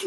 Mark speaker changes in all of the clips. Speaker 1: 그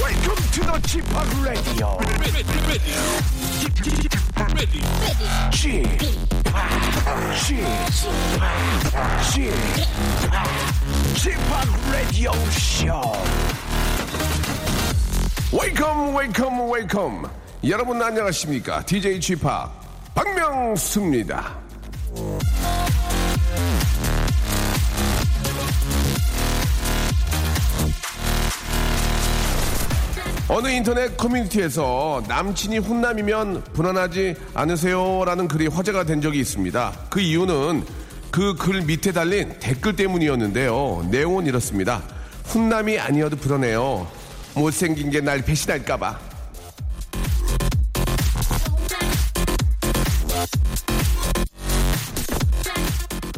Speaker 2: Welcome to the Chip Radio. Chip Chip Chip Radio Show.
Speaker 3: 웨이컴 웨이컴 웨이컴 여러분 안녕하십니까 DJ 지파 박명수입니다 어느 인터넷 커뮤니티에서 남친이 훈남이면 불안하지 않으세요? 라는 글이 화제가 된 적이 있습니다. 그 이유는 그 글 밑에 달린 댓글 때문이었는데요. 내용은 이렇습니다. 훈남이 아니어도 불안해요. 못생긴 게 날 배신할까봐.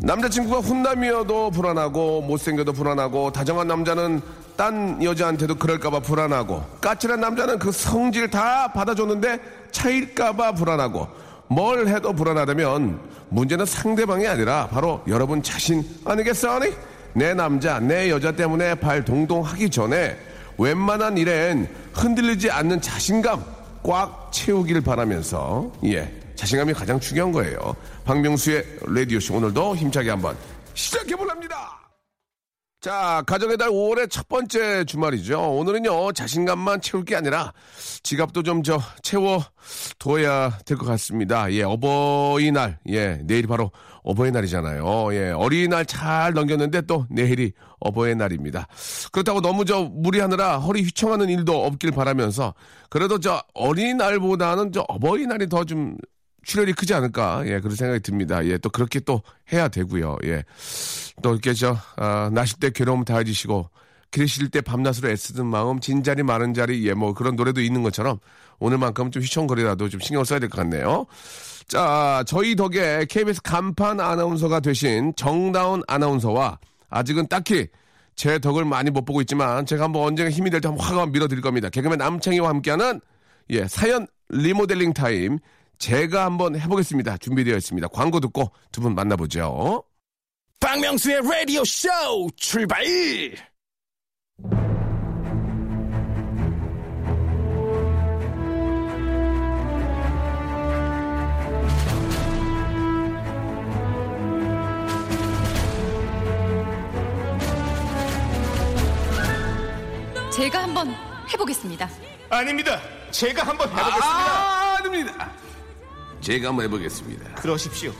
Speaker 3: 남자친구가 훈남이어도 불안하고 못생겨도 불안하고 다정한 남자는 딴 여자한테도 그럴까봐 불안하고 까칠한 남자는 그 성질 다 받아줬는데 차일까봐 불안하고 뭘 해도 불안하다면 문제는 상대방이 아니라 바로 여러분 자신 아니겠어니? 내 남자 내 여자 때문에 발 동동하기 전에 웬만한 일엔 흔들리지 않는 자신감 꽉 채우길 바라면서 예 자신감이 가장 중요한 거예요. 박명수의 라디오 쇼 오늘도 힘차게 한번 시작해 볼랍니다. 자 가정의 달 5월의 첫 번째 주말이죠. 오늘은요 자신감만 채울 게 아니라 지갑도 좀 저 채워 둬야 될 것 같습니다. 예 어버이날 예 내일 바로 어버이날이잖아요. 예 어린이날 잘 넘겼는데 또 내일이 어버이날입니다. 그렇다고 너무 저 무리하느라 허리 휘청하는 일도 없길 바라면서 그래도 저 어린이날보다는 저 어버이날이 더좀 출혈이 크지 않을까 예 그런 생각이 듭니다 예 또 그렇게 또 해야 되고요 예. 예또 이렇게 저 아, 나실 때 괴로움 다 해주시고 그러실 때 밤낮으로 애쓰는 마음 진자리 마른 자리 예 뭐 그런 노래도 있는 것처럼 오늘만큼 좀 휘청거리라도 좀 신경 을 써야 될 것 같네요 자 저희 덕에 KBS 간판 아나운서가 되신 정다운 아나운서와 아직은 딱히 제 덕을 많이 못 보고 있지만 제가 한번 언젠가 힘이 될 때 한번 확 한번 밀어드릴 겁니다 개그맨 남창희와 함께하는 예 사연 리모델링 타임 제가 한번 해보겠습니다. 준비되어 있습니다. 광고 듣고 두 분 만나보죠.
Speaker 2: 박명수의 라디오 쇼 출발!
Speaker 4: 제가 한번 해보겠습니다.
Speaker 2: 아닙니다. 제가 한번 해보겠습니다.
Speaker 3: 아, 아닙니다. 제가 한번 해보겠습니다.
Speaker 2: 그러십시오.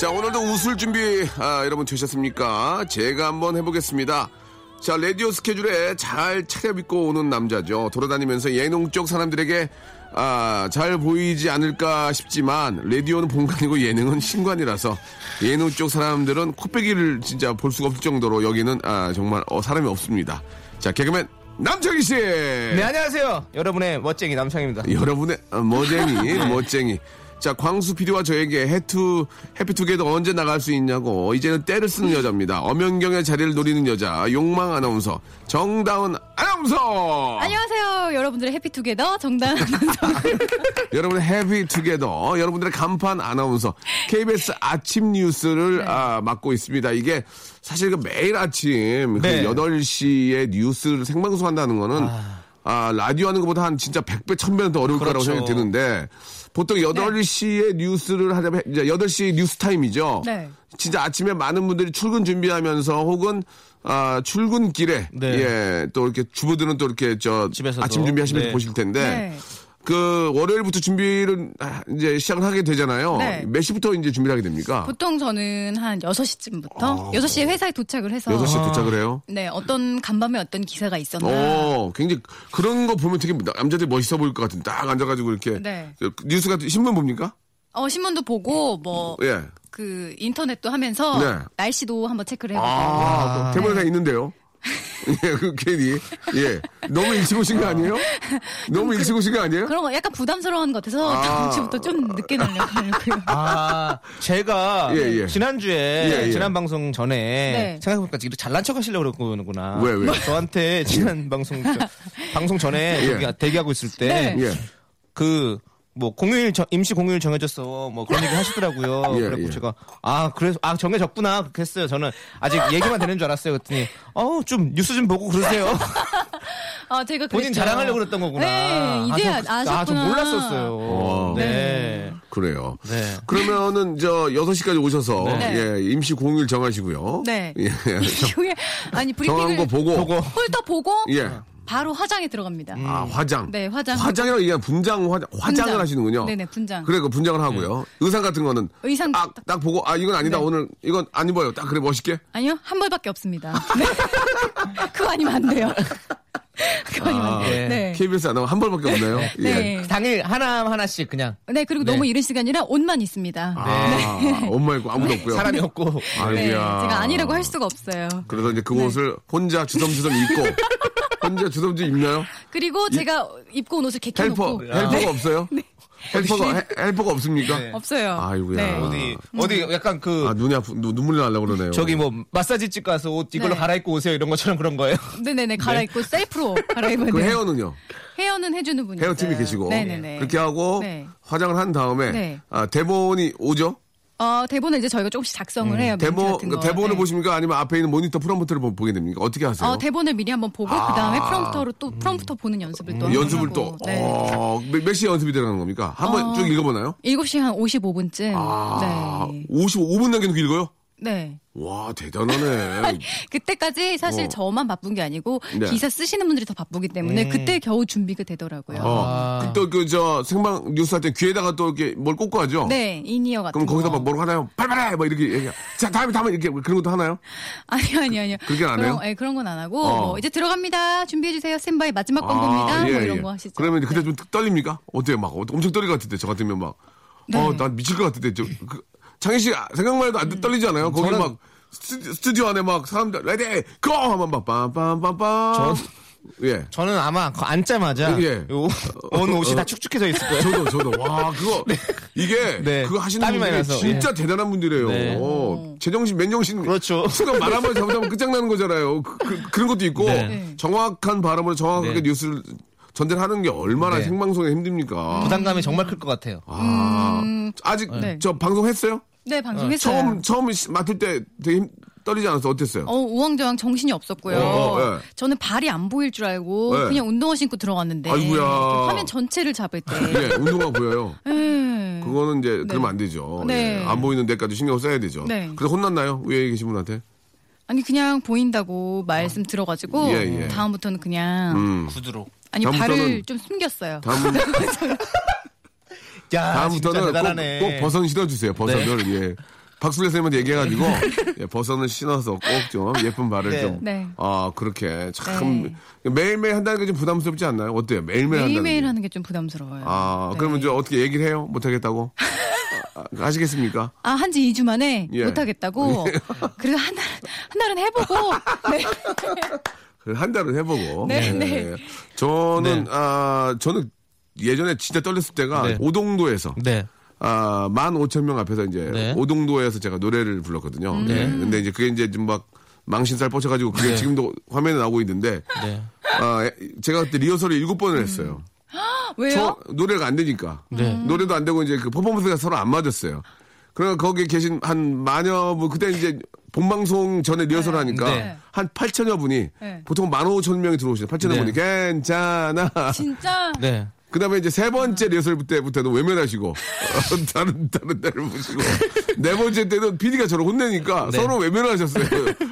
Speaker 3: 자, 오늘도 웃을 준비, 아, 여러분 되셨습니까? 제가 한번 해보겠습니다. 자, 라디오 스케줄에 잘 차려입고 오는 남자죠. 돌아다니면서 예능 쪽 사람들에게 아, 잘 보이지 않을까 싶지만, 라디오는 본관이고 예능은 신관이라서, 예능 쪽 사람들은 코빼기를 진짜 볼 수가 없을 정도로 여기는, 아, 정말, 어, 사람이 없습니다. 자, 개그맨, 남창희 씨!
Speaker 5: 네, 안녕하세요. 여러분의 멋쟁이 남창입니다. 네.
Speaker 3: 여러분의 어, 멋쟁이, 멋쟁이. 자, 광수 PD와 저에게 해투, 해피투게더 언제 나갈 수 있냐고. 이제는 때를 쓰는 여자입니다. 엄연경의 자리를 노리는 여자, 욕망 아나운서, 정다운 아나운서!
Speaker 4: 안녕하세요, 여러분들의 해피투게더 정다은 아나운서.
Speaker 3: 여러분의 해피투게더, 어, 여러분들의 간판 아나운서, KBS 아침 뉴스를
Speaker 5: 네.
Speaker 3: 아, 맡고 있습니다. 이게 사실 그 매일 아침
Speaker 5: 네.
Speaker 3: 그 8시에 뉴스를 생방송한다는 거는 아, 라디오 하는 것보다 한 진짜 100배, 1000배는 더 어려울 거라고
Speaker 5: 그렇죠. 네.
Speaker 3: 생각이 드는데 보통 8시에 뉴스를 하려면 이제 8시 뉴스 타임이죠.
Speaker 4: 네.
Speaker 3: 진짜 아침에 많은 분들이 출근 준비하면서 혹은 아, 출근길에
Speaker 5: 네.
Speaker 3: 예, 또 이렇게 주부들은 또 이렇게 저
Speaker 5: 집에서도.
Speaker 3: 아침 준비하시면서
Speaker 5: 네.
Speaker 3: 보실 텐데
Speaker 4: 네.
Speaker 3: 그 월요일부터 준비를 아, 이제 시작을 하게 되잖아요.
Speaker 4: 네.
Speaker 3: 몇 시부터 이제 준비를 하게 됩니까?
Speaker 4: 보통 저는 한 6시쯤부터 여 6시에 회사에 도착을 해서
Speaker 3: 아, 어. 여섯 시에
Speaker 5: 아.
Speaker 3: 도착을 해요.
Speaker 4: 네, 어떤 간밤에 어떤 기사가 있었나.
Speaker 3: 어, 굉장히 그런 거 보면 되게 나- 남자들이 멋있어 보일 것 같은. 딱 앉아가지고 이렇게
Speaker 4: 네.
Speaker 3: 그 뉴스 같은 신문 봅니까?
Speaker 4: 어, 신문도 보고 뭐 그
Speaker 3: 예.
Speaker 4: 인터넷도 하면서
Speaker 3: 네.
Speaker 4: 날씨도 한번 체크를 해보고
Speaker 3: 아, 대본에 다 있는데요. 예, 그 괜히 예 너무 일찍 오신 거 아니에요? 너무 일찍 오신 거 아니에요?
Speaker 4: 그 그런 거 약간 부담스러운 것 같아서 다음 주부터 좀 늦게 날려고요.
Speaker 5: 아, 제가
Speaker 3: 예, 예.
Speaker 5: 지난주에
Speaker 3: 예, 예.
Speaker 5: 지난 방송 전에 생각해보니까 지금 잘난 척 하시려고 그러는구나.
Speaker 3: 왜, 왜?
Speaker 5: 저한테 지난 방송 저- 방송 전에
Speaker 3: 예.
Speaker 5: 저기 대기하고 있을 때
Speaker 4: 네.
Speaker 3: 예.
Speaker 5: 그, 뭐, 공휴일, 저- 임시 공휴일 정해졌어. 뭐 그런 얘기 하시더라고요.
Speaker 3: 예,
Speaker 5: 그래서
Speaker 3: 예.
Speaker 5: 제가, 아, 그래서, 아, 정해졌구나. 그렇게 했어요. 저는 아직 얘기만 되는 줄 알았어요. 그랬더니, 어우, 좀 뉴스 좀 보고 그러세요.
Speaker 4: 아, 제가
Speaker 5: 본인
Speaker 4: 그랬죠.
Speaker 3: 그렇죠.
Speaker 5: 자랑하려고 그랬던 거구나.
Speaker 4: 네, 이제야
Speaker 5: 아, 저- 아, 좀
Speaker 4: 아셨구나.
Speaker 5: 몰랐었어요.
Speaker 3: 어.
Speaker 5: 네.
Speaker 3: 그래요.
Speaker 5: 네.
Speaker 3: 그러면은 저 여섯 시까지 오셔서
Speaker 4: 네.
Speaker 3: 예 임시 공휴일 정하시고요.
Speaker 4: 네.
Speaker 3: 예.
Speaker 4: 이후에 아니
Speaker 3: 정한
Speaker 4: 브리핑을
Speaker 3: 거 보고.
Speaker 5: 보고.
Speaker 4: 훑어 보고
Speaker 5: 아,
Speaker 3: 예.
Speaker 4: 바로 화장에 들어갑니다.
Speaker 3: 아
Speaker 5: 음.
Speaker 3: 화장.
Speaker 4: 네, 화장.
Speaker 3: 화장이라고 얘기하면 분장 화장 화장을
Speaker 4: 분장.
Speaker 3: 하시는군요.
Speaker 4: 네네, 분장.
Speaker 3: 그래 그 분장을
Speaker 5: 네.
Speaker 3: 하고요. 의상 같은 거는
Speaker 4: 의상
Speaker 3: 딱,
Speaker 4: 딱- 네.
Speaker 3: 딱 보고 아 이건 아니다 오늘 이건 안 입어요. 딱 그래 멋있게.
Speaker 4: 아니요, 한 벌밖에 없습니다. 네. 그거 아니면 안 돼요. 그거 아니면 안 돼요.
Speaker 5: 예.
Speaker 4: 네.
Speaker 3: KBS 안 하고 한 벌밖에 없나요? 예.
Speaker 4: 네.
Speaker 5: 당일 하나 하나씩 그냥
Speaker 4: 네, 그리고
Speaker 5: 네.
Speaker 4: 너무 이른 시간이라 옷만 있습니다.
Speaker 3: 아, 엄마 있고 아무도 없고요.
Speaker 5: 사람이 없고
Speaker 4: 네.
Speaker 3: 아이고야.
Speaker 4: 제가 아니라고 네. 할 수가 없어요.
Speaker 3: 그래서 이제 그곳을 혼자 주섬주섬 입고 혼자 주섬주섬 입나요?
Speaker 4: 그리고 제가 입고 온 옷을
Speaker 3: 예. 헬퍼
Speaker 4: 개켜놓고 네.
Speaker 3: 헬퍼가 없어요? 헬퍼가 헬- 헬퍼가 없습니까?
Speaker 4: 없어요.
Speaker 3: 아이고야.
Speaker 4: 네.
Speaker 5: 어디 어디 약간 그
Speaker 3: 아 눈이 아프 눈- 눈물이 나려고 그러네요.
Speaker 5: 저기 뭐 마사지집 가서 옷 이걸로
Speaker 4: 네.
Speaker 5: 갈아입고 오세요 이런 것처럼 그런 거예요.
Speaker 4: 네네네 갈아입고 셀프로 갈아입어요.
Speaker 3: 그 헤어는요?
Speaker 4: 헤어는 해주는 분이
Speaker 3: 헤어 팀이
Speaker 4: 있어요.
Speaker 3: 계시고
Speaker 4: 그러니까 네네네.
Speaker 3: 그렇게 하고
Speaker 4: 네.
Speaker 3: 화장을 한 다음에
Speaker 4: 네.
Speaker 3: 아, 대본이 오죠?
Speaker 4: 어 대본을 이제 저희가 조금씩 작성을 해요. 멘트
Speaker 3: 대본
Speaker 4: 같은 거.
Speaker 3: 그러니까 대본을
Speaker 4: 네.
Speaker 3: 보십니까? 아니면 앞에 있는 모니터 프롬프트를 보- 보게 됩니까? 어떻게 하세요? 아.
Speaker 4: 어 대본을 미리 한번 보고 그 다음에 프롬프터로 또 프롬프터 보는 연습을 또 한번
Speaker 3: 연습을
Speaker 4: 하고.
Speaker 3: 또
Speaker 4: 네.
Speaker 3: 어, 몇, 몇 시에 연습이 되는 겁니까? 한번
Speaker 4: 어.
Speaker 3: 쭉 읽어보나요?
Speaker 4: 7시 한 55분쯤.
Speaker 3: 아,
Speaker 4: 네.
Speaker 3: 55분 남겨놓고 읽어요?
Speaker 4: 네.
Speaker 3: 와 대단하네.
Speaker 4: 그때까지 사실
Speaker 3: 어.
Speaker 4: 저만 바쁜 게 아니고
Speaker 3: 네.
Speaker 4: 기사 쓰시는 분들이 더 바쁘기 때문에
Speaker 5: 음.
Speaker 4: 그때 겨우 준비가 되더라고요.
Speaker 5: 아.
Speaker 3: 어, 또그저 생방 뉴스 할 때 귀에다가 또 이렇게 뭘 꽂고 하죠?
Speaker 4: 네, 인이어 같은
Speaker 3: 그럼 거기다
Speaker 4: 거.
Speaker 3: 막 뭐라고 하나요? 빨빨해! 막 이렇게 얘기해. 자, 다음에, 다음에 이렇게 그런 것도 하나요?
Speaker 4: 아니 아니 아니요.
Speaker 3: 그렇게 안 해요?
Speaker 4: 그런, 예, 그런 건 안 하고
Speaker 3: 어.
Speaker 4: 뭐 이제 들어갑니다. 준비해 주세요. 샌바이 마지막 광고입니다. 뭐 이런 거 하시죠.
Speaker 3: 아, 예, 그러면 이제 그때 좀 떨립니까? 어때요? 막 엄청 떨릴 것 같은데, 저 같으면 막.
Speaker 4: 네.
Speaker 3: 어, 난 미칠 것 같은데. 저, 그, 창희 씨 생각만 해도 안
Speaker 4: 음.
Speaker 3: 떨리지 않아요? 거기 막 스튜- 스튜디오 안에 막 사람들, 레디, 고! 하면 막 빰빰빰빰. 예.
Speaker 5: 저는 아마 거 앉자마자
Speaker 3: 예. 어.
Speaker 5: 요- 온 옷이 다 축축해져 있을 거예요.
Speaker 3: 저도 저도 와 그거 이게
Speaker 5: 네.
Speaker 3: 그거 하시는
Speaker 5: 땀이 많이
Speaker 3: 분들이
Speaker 5: 나서. 예.
Speaker 3: 진짜 대단한 분들이에요.
Speaker 5: 네.
Speaker 4: 음.
Speaker 3: 어, 제정신 맨정신
Speaker 5: 그렇죠.
Speaker 3: 순간 말 한번 잘못하면 끝장나는 거잖아요. 그, 런 것도 있고
Speaker 5: 네.
Speaker 3: 정확한 발음으로 정확하게
Speaker 5: 네.
Speaker 3: 뉴스를 전달하는 게 얼마나
Speaker 5: 네.
Speaker 3: 생방송에 힘듭니까?
Speaker 5: 부담감이 정말 클 것 같아요.
Speaker 3: 아, 아직
Speaker 4: 네.
Speaker 3: 저 방송했어요?
Speaker 4: 네, 방송했어요.
Speaker 3: 처음 처음 시- 맡을 때 되게 힘- 떨리지 않았어 어땠어요?
Speaker 4: 어, 우왕좌왕 정신이 없었고요.
Speaker 3: 어, 어, 예.
Speaker 4: 저는 발이 안 보일 줄 알고
Speaker 3: 예.
Speaker 4: 그냥 운동화 신고 들어갔는데
Speaker 3: 아이고야.
Speaker 4: 그 화면 전체를 잡을 때
Speaker 3: 예, 운동화 보여요.
Speaker 4: 예.
Speaker 3: 그거는 이제 그러면 안 되죠.
Speaker 4: 네.
Speaker 3: 예, 안 보이는 데까지 신경 써야 되죠.
Speaker 4: 네.
Speaker 3: 그래서 혼났나요? 위에 계신 분한테?
Speaker 4: 아니 그냥 보인다고 말씀 들어가지고
Speaker 3: 예, 예.
Speaker 4: 다음부터는 그냥
Speaker 5: 구두로.
Speaker 4: 아니
Speaker 3: 다음부터는-
Speaker 4: 발을 좀 숨겼어요.
Speaker 3: 다음
Speaker 5: 야, 진짜
Speaker 3: 다음부터는
Speaker 5: 대단하네.
Speaker 3: 꼭, 꼭 버선 신어주세요. 버선을 예. 박술래 쌤한테 얘기해가지고 예, 버선을 신어서 꼭 좀 예쁜 발을
Speaker 5: 네.
Speaker 3: 좀.
Speaker 4: 네.
Speaker 3: 아 그렇게 참
Speaker 4: 네.
Speaker 3: 매일매일 한다는 게 좀 부담스럽지 않나요? 어때요? 매일매일 한다는
Speaker 4: 매일매일
Speaker 3: 게.
Speaker 4: 하는 게 좀 부담스러워요.
Speaker 3: 아
Speaker 4: 네.
Speaker 3: 그러면 저 어떻게 얘기를 해요? 못하겠다고? 아, 하시겠습니까?
Speaker 4: 아, 한 지 2주 만에
Speaker 3: 예.
Speaker 4: 못하겠다고. 그래서 한 날은, 한 날은 해보고. 네.
Speaker 3: 그걸 한 달을 해보고.
Speaker 4: 네,
Speaker 3: 예.
Speaker 4: 네.
Speaker 3: 저는 아 저는 예전에 진짜 떨렸을 때가
Speaker 5: 네.
Speaker 3: 오동도에서
Speaker 5: 네.
Speaker 3: 아, 만 오천 명 앞에서 이제
Speaker 5: 네.
Speaker 3: 오동도에서 제가 노래를 불렀거든요.
Speaker 4: 음.
Speaker 3: 네. 근데 이제 그게 이제 좀 막 망신살 뻗쳐가지고 그게 지금도 화면에 나오고 있는데
Speaker 5: 네. 음.
Speaker 3: 아, 에, 제가 그때 리허설을 일곱 번을 했어요.
Speaker 4: 왜요?
Speaker 3: 저 노래가 안 되니까
Speaker 5: 네.
Speaker 3: 노래도 안 되고 이제 그 퍼포먼스가 서로 안 맞았어요. 그러니까 거기 에 계신 한 마녀 분 그때 이제 본방송 전에 리허설 하니까
Speaker 5: 네.
Speaker 3: 한 8천여 분이
Speaker 4: 네.
Speaker 3: 보통 만 오천 명이 들어오시는 8천여
Speaker 5: 네.
Speaker 3: 분이 괜찮아
Speaker 4: 진짜?
Speaker 5: 네.
Speaker 3: 그다음에 이제 세 번째 리허설 때부터는 외면하시고 다른 다른 데를 보시고 네 번째 때는 PD가 저를 혼내니까
Speaker 5: 네.
Speaker 3: 서로 외면하셨어요.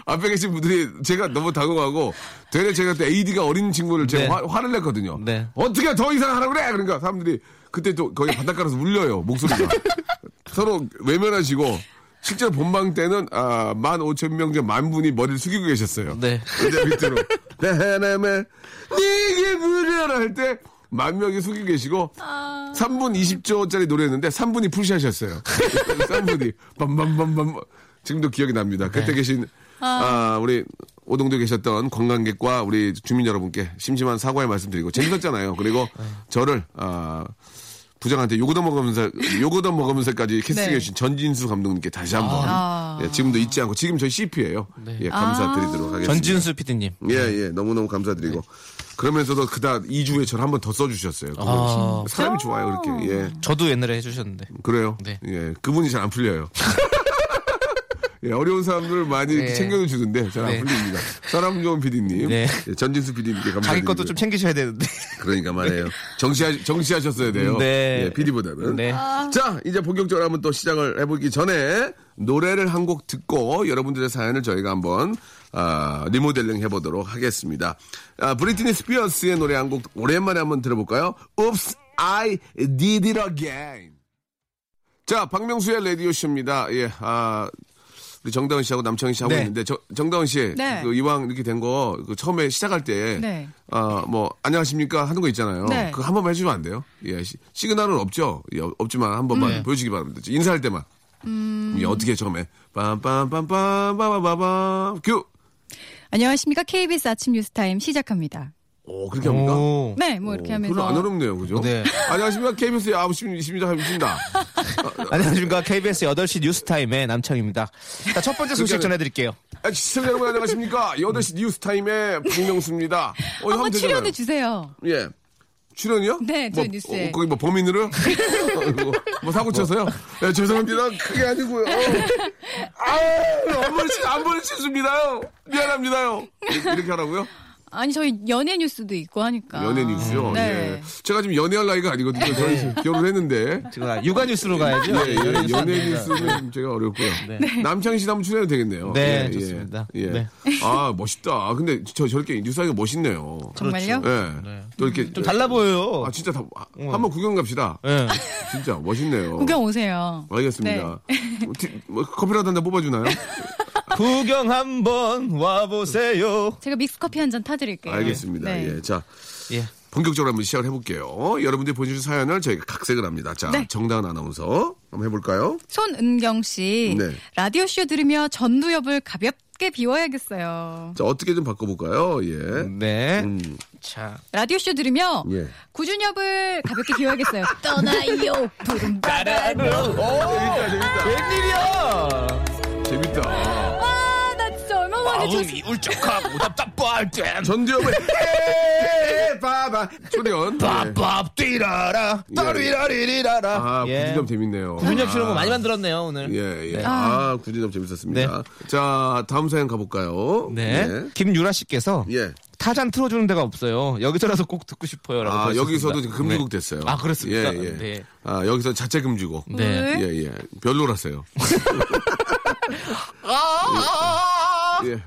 Speaker 3: 앞에 계신 분들이 제가 너무 다가가고 되레 제가 또 AD가 어린 친구를 제가
Speaker 5: 네.
Speaker 3: 화, 화를 냈거든요.
Speaker 5: 네.
Speaker 3: 어떻게 더 이상 하라 그래? 그러니까 사람들이 그때 또 거의 바닷가에서 울려요 목소리가 서로 외면하시고 실제로 본방 때는 아, 만 오천 명 중 만 분이 머리를 숙이고 계셨어요.
Speaker 5: 네.
Speaker 3: 근데 밑으로 네, 내 하나만 네게 부려라 할 때 만 명이 숙이고 계시고 3분 20초짜리 노래였는데 3분이 풀샷이었어요. 3분이 밤밤밤밤 지금도 기억이 납니다. 그때 계신 아, 우리 오동도에 계셨던 관광객과 우리 주민 여러분께 심심한 사과의 말씀드리고 재밌었잖아요. 그리고 저를 아, 부장한테 요거도 먹으면서 요거도 먹으면서까지 캐스팅해
Speaker 4: 네.
Speaker 3: 주신 전진수 감독님께 다시 한번 예, 지금도 잊지 않고 지금 저희 CP예요. 예, 감사드리도록 하겠습니다.
Speaker 5: 전진수 PD님.
Speaker 3: 예, 예. 너무너무 감사드리고.
Speaker 5: 네.
Speaker 3: 그러면서도 그다 2주에 저를 한번 더 써주셨어요. 그거
Speaker 5: 아.
Speaker 3: 사람이 좋아요, 그렇게. 예.
Speaker 5: 저도 옛날에 해주셨는데.
Speaker 3: 그래요.
Speaker 5: 네.
Speaker 3: 예. 그분이 잘 안 풀려요. 예, 어려운 사람들을 많이 이렇게
Speaker 5: 네.
Speaker 3: 챙겨주는데 잘 안
Speaker 5: 네.
Speaker 3: 풀립니다. 사람 좋은 PD님.
Speaker 5: 네.
Speaker 3: 예, 전진수 PD님께 감사드립니다.
Speaker 5: 자기 것도 좀 챙기셔야 되는데.
Speaker 3: 그러니까 말이에요. 정시, 정시하셨어야 돼요.
Speaker 5: 네.
Speaker 3: 예, PD보다는.
Speaker 5: 네.
Speaker 4: 아.
Speaker 3: 자, 이제 본격적으로 한번 또 시작을 해보기 전에 노래를 한 곡 듣고 여러분들의 사연을 저희가 한번 아, 리모델링 해보도록 하겠습니다. 아, 브리트니 스피어스의 노래 한 곡 오랜만에 한번 들어볼까요? Oops, I did it again. 자, 박명수의 라디오쇼입니다. 예, 아, 우리 정다은 씨하고 남창희 씨하고
Speaker 5: 네.
Speaker 3: 있는데, 저- 정다은 씨,
Speaker 4: 네.
Speaker 3: 그 이왕 이렇게 된 거그 처음에 시작할 때,
Speaker 4: 네.
Speaker 3: 아, 뭐, 안녕하십니까 하는 거 있잖아요.
Speaker 4: 네.
Speaker 3: 그거 한 번만 해주면 안 돼요? 예, 시, 시그널은 없죠? 예, 없지만 한 번만
Speaker 4: 음.
Speaker 3: 보여주기 바랍니다. 인사할 때만. 예, 어떻게 처음에. 빰빰빰빰빰빰빰빰 큐!
Speaker 4: 안녕하십니까. KBS 아침 뉴스타임 시작합니다.
Speaker 3: 오, 그렇게 합니까?
Speaker 5: 오.
Speaker 4: 네, 뭐 이렇게
Speaker 3: 오,
Speaker 4: 하면서.
Speaker 3: 별로 안 어렵네요, 그죠?
Speaker 5: 네.
Speaker 3: 안녕하십니까? KBS 아홉 시 입니다. 입니다.
Speaker 5: 안녕하십니까. KBS 8시 뉴스타임의 남창입니다. 자, 첫 번째 소식
Speaker 3: 그러니까는-
Speaker 5: 전해드릴게요.
Speaker 3: 아, 시청자 여러분 안녕하십니까? 8시 뉴스타임의 박명수입니다. 어, 이거 하면
Speaker 4: 한번
Speaker 3: 되잖아요.
Speaker 4: 출연해 주세요.
Speaker 3: 예. 출연이요?
Speaker 4: 네, 저희
Speaker 3: 뭐,
Speaker 4: 뉴스에.
Speaker 3: 어, 거기 뭐 범인으로? 어, 뭐, 뭐 사고 쳐서요? 네, 죄송합니다. 그게 아니고요. 아유, 안 버리시, 안 버리셨습니다요. 미안합니다요. 이렇게 하라고요?
Speaker 4: 아니 저희 연예 뉴스도 있고 하니까.
Speaker 3: 연예 뉴스요?
Speaker 4: 아, 네.
Speaker 3: 예. 제가 지금 연애할 나이가 아니거든요. 저희 결혼했는데.
Speaker 5: 지금 육아뉴스로
Speaker 4: 네,
Speaker 5: 가야죠.
Speaker 3: 예, 예, 연예 뉴스는 제가 어렵고요. 남창희 씨도 한번 출연해도 네. 되겠네요.
Speaker 5: 네,
Speaker 3: 예, 예.
Speaker 5: 좋습니다.
Speaker 3: 예.
Speaker 5: 네.
Speaker 3: 아, 멋있다. 근데 저, 저렇게 뉴스하기가 멋있네요.
Speaker 4: 정말요?
Speaker 3: 예. 또 이렇게.
Speaker 5: 좀 달라 보여요.
Speaker 3: 아, 진짜 다, 한번 구경 갑시다.
Speaker 5: 어. 예.
Speaker 3: 진짜 멋있네요.
Speaker 4: 구경 네. 오세요.
Speaker 3: 알겠습니다. 뭐, 티- 뭐, 커피라도 한 잔 뽑아주나요?
Speaker 4: 네.
Speaker 5: 구경 한번 와보세요.
Speaker 4: 제가 믹스 커피 한 잔 타드릴게요.
Speaker 3: 알겠습니다.
Speaker 4: 네.
Speaker 3: 예, 자
Speaker 5: 예.
Speaker 3: 본격적으로 한번 시작을 해볼게요. 어, 여러분들이 보내주신 사연을 저희가 각색을 합니다. 자
Speaker 4: 네.
Speaker 3: 정다은 아나운서 한번 해볼까요?
Speaker 4: 손은경 씨
Speaker 3: 네.
Speaker 4: 라디오 쇼 들으며 전두엽을 가볍게 비워야겠어요.
Speaker 3: 자 어떻게 좀 바꿔볼까요? 예.
Speaker 5: 네. 자.
Speaker 4: 라디오 쇼 들으며
Speaker 3: 예.
Speaker 4: 구준엽을 가볍게 비워야겠어요. 떠나요 푸른
Speaker 5: 오,
Speaker 3: 재밌다, 재밌다,
Speaker 5: 웬일이야!
Speaker 3: 재밌다.
Speaker 4: 바나 진짜 얼마 만에 저
Speaker 5: 마음이 울적하고 답답할 땐 네.
Speaker 3: 전두엽의 에이, 바바 초대연. 예.
Speaker 5: 밥밥 뛰라라 떠리라리리라라
Speaker 3: 아 구준엽 재밌네요.
Speaker 5: 예. 구준엽 씨는
Speaker 3: 아,
Speaker 5: 거 많이 만들었네요 오늘
Speaker 3: 예, 예. 아, 구준엽 재밌었습니다. 자, 다음 사연 가볼까요?
Speaker 5: 네. 김유라 씨께서
Speaker 3: 예. 예.
Speaker 5: 타잔 틀어주는 데가 없어요. 여기서라도 꼭 듣고 싶어요라고.
Speaker 3: 아,
Speaker 5: 보내주셨습니다.
Speaker 3: 여기서도 지금 금지곡
Speaker 5: 네.
Speaker 3: 됐어요.
Speaker 5: 아, 그렇습니까?
Speaker 3: 예, 예.
Speaker 5: 네.
Speaker 3: 아, 여기서 자체 금지곡.
Speaker 5: 네.
Speaker 3: 예, 예. 별로라서요.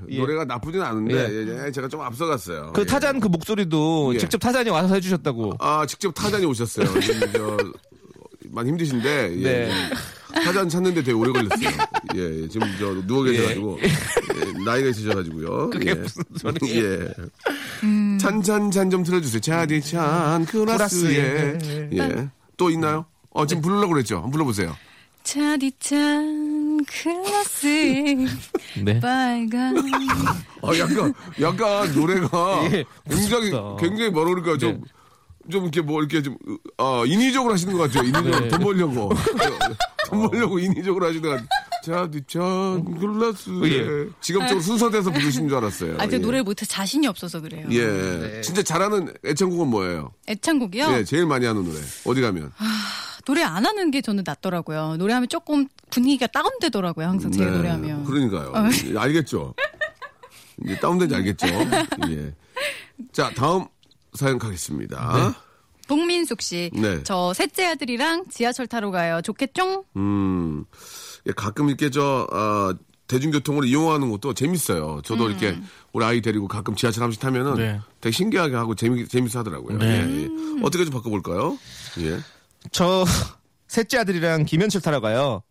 Speaker 3: 예, 노래가 나쁘진 않은데, 예, 예, 제가 좀 앞서갔어요.
Speaker 5: 그
Speaker 3: 예.
Speaker 5: 타잔 그 목소리도
Speaker 3: 예.
Speaker 5: 직접 타잔이 와서 해주셨다고.
Speaker 3: 아, 직접 타잔이 오셨어요. 지금 저, 많이 힘드신데, 예.
Speaker 5: 네.
Speaker 3: 타잔 찾는데 되게 오래 걸렸어요. 예, 예. 지금 저 누워 계셔가지고, 예, 나이가 있으셔가지고요. 그게 예. 무슨
Speaker 5: 소리예요?
Speaker 3: 예. 찬찬찬 좀 틀어주세요.
Speaker 5: 음.
Speaker 3: 차디찬 크라스에.
Speaker 5: 네.
Speaker 3: 예. 또 있나요? 어, 지금 부르려고 그랬죠? 한번 불러보세요.
Speaker 4: 차디찬 클라스
Speaker 5: 네.
Speaker 4: 빨간
Speaker 3: 아, 약간, 약간 노래가
Speaker 5: 예,
Speaker 3: 굉장히,
Speaker 5: 무섭다.
Speaker 3: 굉장히 뭐랄까, 좀, 좀 이렇게 뭐, 이렇게 좀, 아, 인위적으로 하시는 것 같아요. 인위적으로
Speaker 5: 네.
Speaker 3: 돈 벌려고. 돈 벌려고 인위적으로 하시는 것 같아요. 자, 니찬, 글라스.
Speaker 5: 예.
Speaker 3: 직업적으로 순서돼서 부르신 줄 알았어요.
Speaker 4: 아, 제
Speaker 3: 예.
Speaker 4: 노래를 못해 자신이 없어서 그래요.
Speaker 3: 예. 진짜 잘하는 애창곡은 뭐예요?
Speaker 4: 애창곡이요? 아,
Speaker 3: 예, 제일 많이 하는 노래. 어디 가면?
Speaker 4: 노래 안 하는 게 저는 낫더라고요. 노래하면 조금 분위기가 다운되더라고요. 항상 제 노래하면.
Speaker 3: 네.
Speaker 4: 어.
Speaker 3: 그러니까요. 예, 알겠죠?
Speaker 5: 네.
Speaker 3: 이제 다운된지 알겠죠? 예. 자, 다음 사연 가겠습니다.
Speaker 4: 동민숙 씨.
Speaker 3: 네.
Speaker 4: 저 셋째 아들이랑 지하철 타러 가요. 아, 좋겠죠?
Speaker 3: 음, 예, 가끔 이렇게 저, 아, 대중교통을 이용하는 것도 재밌어요. 저도 이렇게 우리 아이 데리고 가끔 지하철 한 번씩 타면은
Speaker 5: 네.
Speaker 3: 되게 신기하게 하고 재미, 재밌어 하더라고요.
Speaker 5: 네.
Speaker 3: 예, 예. 어떻게 좀 바꿔볼까요? 예.
Speaker 5: 저 셋째 아들이랑 김현철 타러 가요.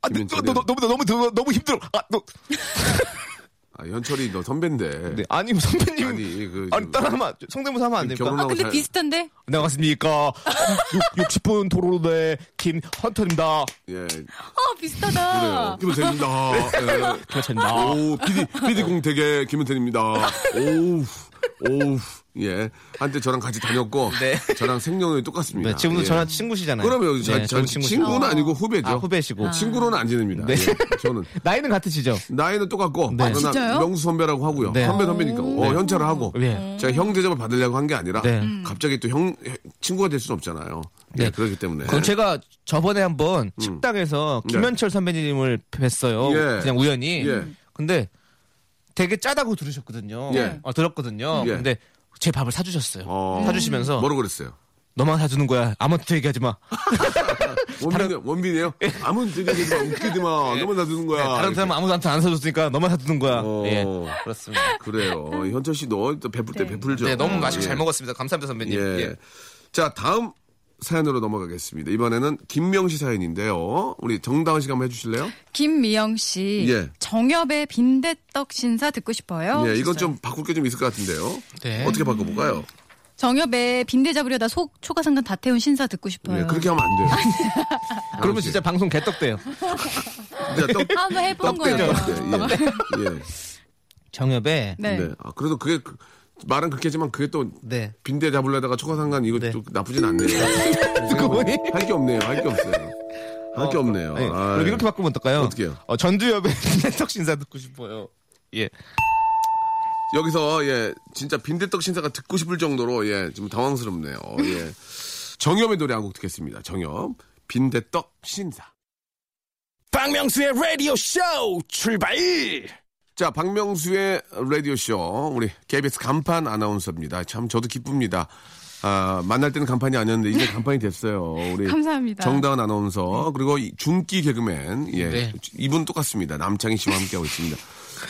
Speaker 5: 아, 너,
Speaker 3: 김현철이요?
Speaker 5: 너, 너, 너무 너무 너무 너무 힘들어. 아, 너,
Speaker 3: 아, 현철이 너 선배인데.
Speaker 5: 네, 아니 선배님,
Speaker 3: 아니,
Speaker 5: 아니,
Speaker 3: 그, 좀-
Speaker 5: 따라하면 성대모사 하면 안
Speaker 3: 지금
Speaker 5: 됩니까?
Speaker 3: 결혼하-
Speaker 4: 아, 근데
Speaker 3: 어, 잘-
Speaker 4: 비슷한데?
Speaker 5: 나갔습니까? 60분 도로대 김헌터입니다.
Speaker 3: 예.
Speaker 4: 어, 비슷하다.
Speaker 3: 그래요. 김은태입니다. 예.
Speaker 5: 김헌터입니다.
Speaker 3: 오, 피디, 피디 공택의 김은태입니다. 오우, 오우. 예. 한때 저랑 같이 다녔고. 저랑 생년월일 똑같습니다.
Speaker 5: 네, 지금도
Speaker 3: 예.
Speaker 5: 저랑 친구시잖아요.
Speaker 3: 그러면
Speaker 5: 네,
Speaker 3: 저, 저
Speaker 5: 좋은
Speaker 3: 친구는 아니고 후배죠.
Speaker 5: 아, 후배시고.
Speaker 3: 친구로는 안 지냅니다.
Speaker 5: 네.
Speaker 3: 예, 저는
Speaker 5: 나이는 같으시죠?
Speaker 3: 나이는 똑같고
Speaker 5: 네. 아,
Speaker 3: 저는
Speaker 4: 진짜요?
Speaker 3: 명수 선배라고 하고요.
Speaker 5: 네.
Speaker 3: 선배 선배니까 어, 현찰을 하고
Speaker 5: 네.
Speaker 3: 제가 형 대접을 받으려고 한 게 아니라
Speaker 5: 네. 음.
Speaker 3: 갑자기 또 형 친구가 될 수는 없잖아요. 예,
Speaker 5: 네.
Speaker 3: 그렇기 때문에
Speaker 5: 그럼 제가 저번에 한번 식당에서 김현철 선배님을 뵀어요.
Speaker 3: 음. 네. 예.
Speaker 5: 그냥 우연히.
Speaker 3: 예.
Speaker 5: 근데 되게 짜다고 들으셨거든요.
Speaker 3: 예.
Speaker 5: 어, 들었거든요.
Speaker 3: 예.
Speaker 5: 근데 제 밥을 사주셨어요.
Speaker 3: 어.
Speaker 5: 사주시면서
Speaker 3: 뭐라고 그랬어요?
Speaker 5: 너만 사주는 거야. 아무한테 얘기하지 마.
Speaker 3: 원빈이요? 원빈이요? 아무 들리지 마, 웃기지 마, 너무 놔두는 거야.
Speaker 5: 네. 다른 사람 은 아무한테 안 사줬으니까 너만 사주는 거야.
Speaker 3: 어.
Speaker 5: 예. 그렇습니다.
Speaker 3: 그래요. 현철 씨도 또 베풀 때 베풀죠.
Speaker 5: 네, 너무 맛있게
Speaker 3: 예.
Speaker 5: 잘 먹었습니다. 감사합니다, 선배님.
Speaker 3: 예.
Speaker 5: 예.
Speaker 3: 자, 다음 사연으로 넘어가겠습니다. 이번에는 김명 씨 사연인데요. 우리 정다은 씨가 한번 해주실래요?
Speaker 4: 어, 김미영 씨.
Speaker 3: 예.
Speaker 4: 정엽의 빈대떡 신사 듣고 싶어요.
Speaker 3: 예, 이건 좀 바꿀 게 좀 있을 것 같은데요.
Speaker 5: 네.
Speaker 3: 어떻게 바꿔볼까요?
Speaker 4: 정엽의 빈대 잡으려다 속 초가 상관 다 태운 신사 듣고 싶어요.
Speaker 3: 예, 그렇게 하면 안 돼요. 다은
Speaker 5: 그러면
Speaker 3: 씨.
Speaker 5: 진짜 방송 개떡돼요.
Speaker 3: 진짜 떡,
Speaker 4: 아, 한번 해본
Speaker 3: 떡 때죠.
Speaker 4: 거예요.
Speaker 3: 네, 예, 예.
Speaker 5: 정엽의
Speaker 4: 네.
Speaker 3: 네. 아, 그래도 그게 그- 말은 그렇게 하지만 그게 또
Speaker 5: 네.
Speaker 3: 빈대 잡으려다가 초과상관 이거
Speaker 5: 네.
Speaker 3: 좀 나쁘진 않네요.
Speaker 5: 뭐니?
Speaker 3: 할 게 없네요. 할 게 없어요. 할 게 없네요.
Speaker 5: 네.
Speaker 3: 아이.
Speaker 5: 그럼 이렇게 바꾸면 어떨까요?
Speaker 3: 어떡해요?
Speaker 5: 어, 전두엽의 빈대떡 신사 듣고 싶어요. 예.
Speaker 3: 여기서 예 진짜 빈대떡 신사가 듣고 싶을 정도로 예 좀 당황스럽네요. 예 정엽의 노래 한 곡 듣겠습니다. 정엽 빈대떡 신사.
Speaker 2: 박명수의 라디오 쇼 출발!
Speaker 3: 자, 박명수의 라디오쇼, 우리 KBS 간판 아나운서입니다. 참, 저도 기쁩니다. 아, 만날 때는 간판이 아니었는데, 이제 간판이 됐어요. 우리
Speaker 4: 네. 감사합니다.
Speaker 3: 정다은
Speaker 4: 네.
Speaker 3: 아나운서, 그리고 이 중기 개그맨, 예.
Speaker 5: 네.
Speaker 3: 이분 똑같습니다. 남창희 씨와 함께하고 있습니다.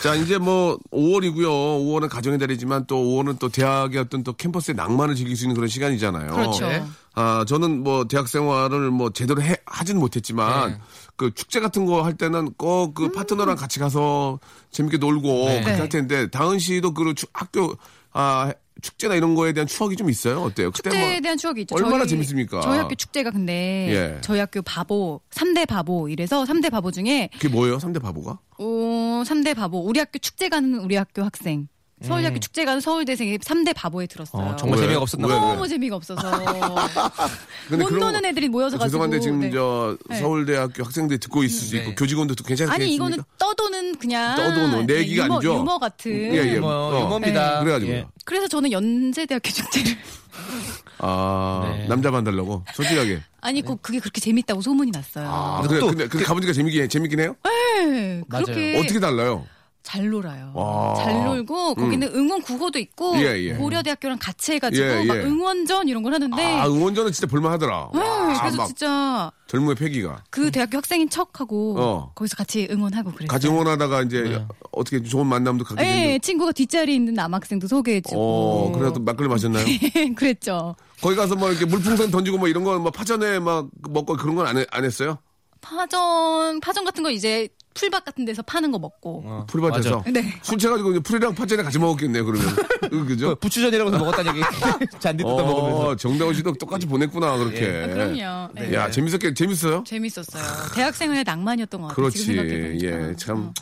Speaker 3: 자, 이제 뭐, 5월이고요. 5월은 가정의 달이지만 또 5월은 또 대학의 어떤 또 캠퍼스의 낭만을 즐길 수 있는 그런 시간이잖아요.
Speaker 4: 그렇죠.
Speaker 5: 네.
Speaker 3: 아, 저는 뭐 대학 생활을 뭐 제대로 해, 하진 못했지만
Speaker 4: 네.
Speaker 3: 그 축제 같은 거 할 때는 꼭 그
Speaker 4: 음.
Speaker 3: 파트너랑 같이 가서 재밌게 놀고
Speaker 4: 네.
Speaker 3: 그렇게 할 텐데 다은 씨도 그 추- 학교 아 축제나 이런 거에 대한 추억이 좀 있어요? 어때요? 그때
Speaker 4: 축제에
Speaker 3: 뭐-
Speaker 4: 대한 추억이 있죠.
Speaker 3: 얼마나
Speaker 4: 저희-
Speaker 3: 재밌습니까?
Speaker 4: 저희 학교 축제가 근데
Speaker 3: 예.
Speaker 4: 저희 학교 바보, 3대 바보 이래서 3대 바보 중에
Speaker 3: 그게 뭐예요? 삼대 바보가?
Speaker 4: 오, 3대 바보. 우리 학교 축제 가는 우리 학교 학생. 서울대학교 축제 가는 서울대생이 3대 바보에 들었어요.
Speaker 5: 음. 어, 정말
Speaker 3: 왜?
Speaker 5: 재미가 없었나
Speaker 3: 왜?
Speaker 5: 봐요.
Speaker 4: 너무 재미가 없어서
Speaker 3: 근데
Speaker 4: 못
Speaker 3: 그런
Speaker 4: 노는
Speaker 3: 거-
Speaker 4: 애들이 모여서 가지고
Speaker 3: 아, 죄송한데 지금
Speaker 4: 네.
Speaker 3: 저
Speaker 4: 네.
Speaker 3: 서울대학교 학생들이 듣고 있을 수
Speaker 5: 네.
Speaker 3: 있고 교직원도 듣- 괜찮겠습니까?
Speaker 4: 아니 이거는 떠도는 그냥
Speaker 3: 떠도는 내
Speaker 4: 네,
Speaker 3: 얘기가
Speaker 4: 유머,
Speaker 3: 아니죠?
Speaker 4: 유머 같은
Speaker 3: 예, 예.
Speaker 5: 뭐,
Speaker 3: 어.
Speaker 5: 유머입니다.
Speaker 3: 그래가지고요.
Speaker 5: 예.
Speaker 4: 그래서 저는 연세대학교 축제를
Speaker 3: 아
Speaker 5: 네.
Speaker 3: 남자 만달라고 솔직하게.
Speaker 4: 아니 꼭 그게 그렇게 재밌다고 소문이 났어요.
Speaker 3: 아, 그래,
Speaker 5: 또-
Speaker 3: 근데 근데 가보니까 재밌긴 재밌긴 해요?
Speaker 4: 네,
Speaker 5: 맞아요.
Speaker 4: 그렇게
Speaker 3: 어떻게 달라요?
Speaker 4: 잘 놀아요.
Speaker 3: 와. 음.
Speaker 4: 잘 놀고 거기는 응원 구호도 있고
Speaker 3: 예, 예.
Speaker 4: 고려대학교랑 같이 해가지고
Speaker 3: 예,
Speaker 4: 막
Speaker 3: 예.
Speaker 4: 응원전 이런 걸 하는데
Speaker 3: 아 응원전은 진짜 볼만하더라.
Speaker 4: 네,
Speaker 3: 와,
Speaker 4: 그래서
Speaker 3: 막
Speaker 4: 진짜
Speaker 3: 젊음의 패기가
Speaker 4: 그 대학교 학생인 척하고
Speaker 3: 어.
Speaker 4: 거기서 같이 응원하고
Speaker 5: 네.
Speaker 4: 그랬어요.
Speaker 3: 같이 응원하다가 이제 어떻게 좋은 만남도 갖게
Speaker 4: 예,
Speaker 3: 되는.
Speaker 4: 친구가 뒷자리에 있는 남학생도
Speaker 3: 어
Speaker 4: 소개해주고 예,
Speaker 3: 그래도 막걸리 마셨나요?
Speaker 4: 네. 그랬죠.
Speaker 3: 거기 가서 막 이렇게 물풍선 던지고 뭐 이런 거막 파전에 막 먹고 그런 건 안 안 했어요?
Speaker 4: 파전 파전 같은 거 이제 풀밭 같은 데서 파는 거 먹고
Speaker 3: 어,
Speaker 5: 어.
Speaker 3: 풀밭에서
Speaker 4: 맞아. 네.
Speaker 3: 술 채가지고 이제 풀이랑 파전에 같이 먹었겠네요 그러면 응,
Speaker 5: 그
Speaker 3: 그죠?
Speaker 5: 부추전이라고 해서 먹었다는 얘기. 잔디 뜯어 먹으면서.
Speaker 3: 어, 정다운 씨도 똑같이 보냈구나 그렇게.
Speaker 4: 아, 그럼요. 네.
Speaker 3: 야 재밌었게 재밌어요?
Speaker 4: 재밌었어요. 대학생활의 낭만이었던 것 같아요.
Speaker 3: 그렇지.
Speaker 4: 지금 생각해보니까. 어.
Speaker 3: 예, 참.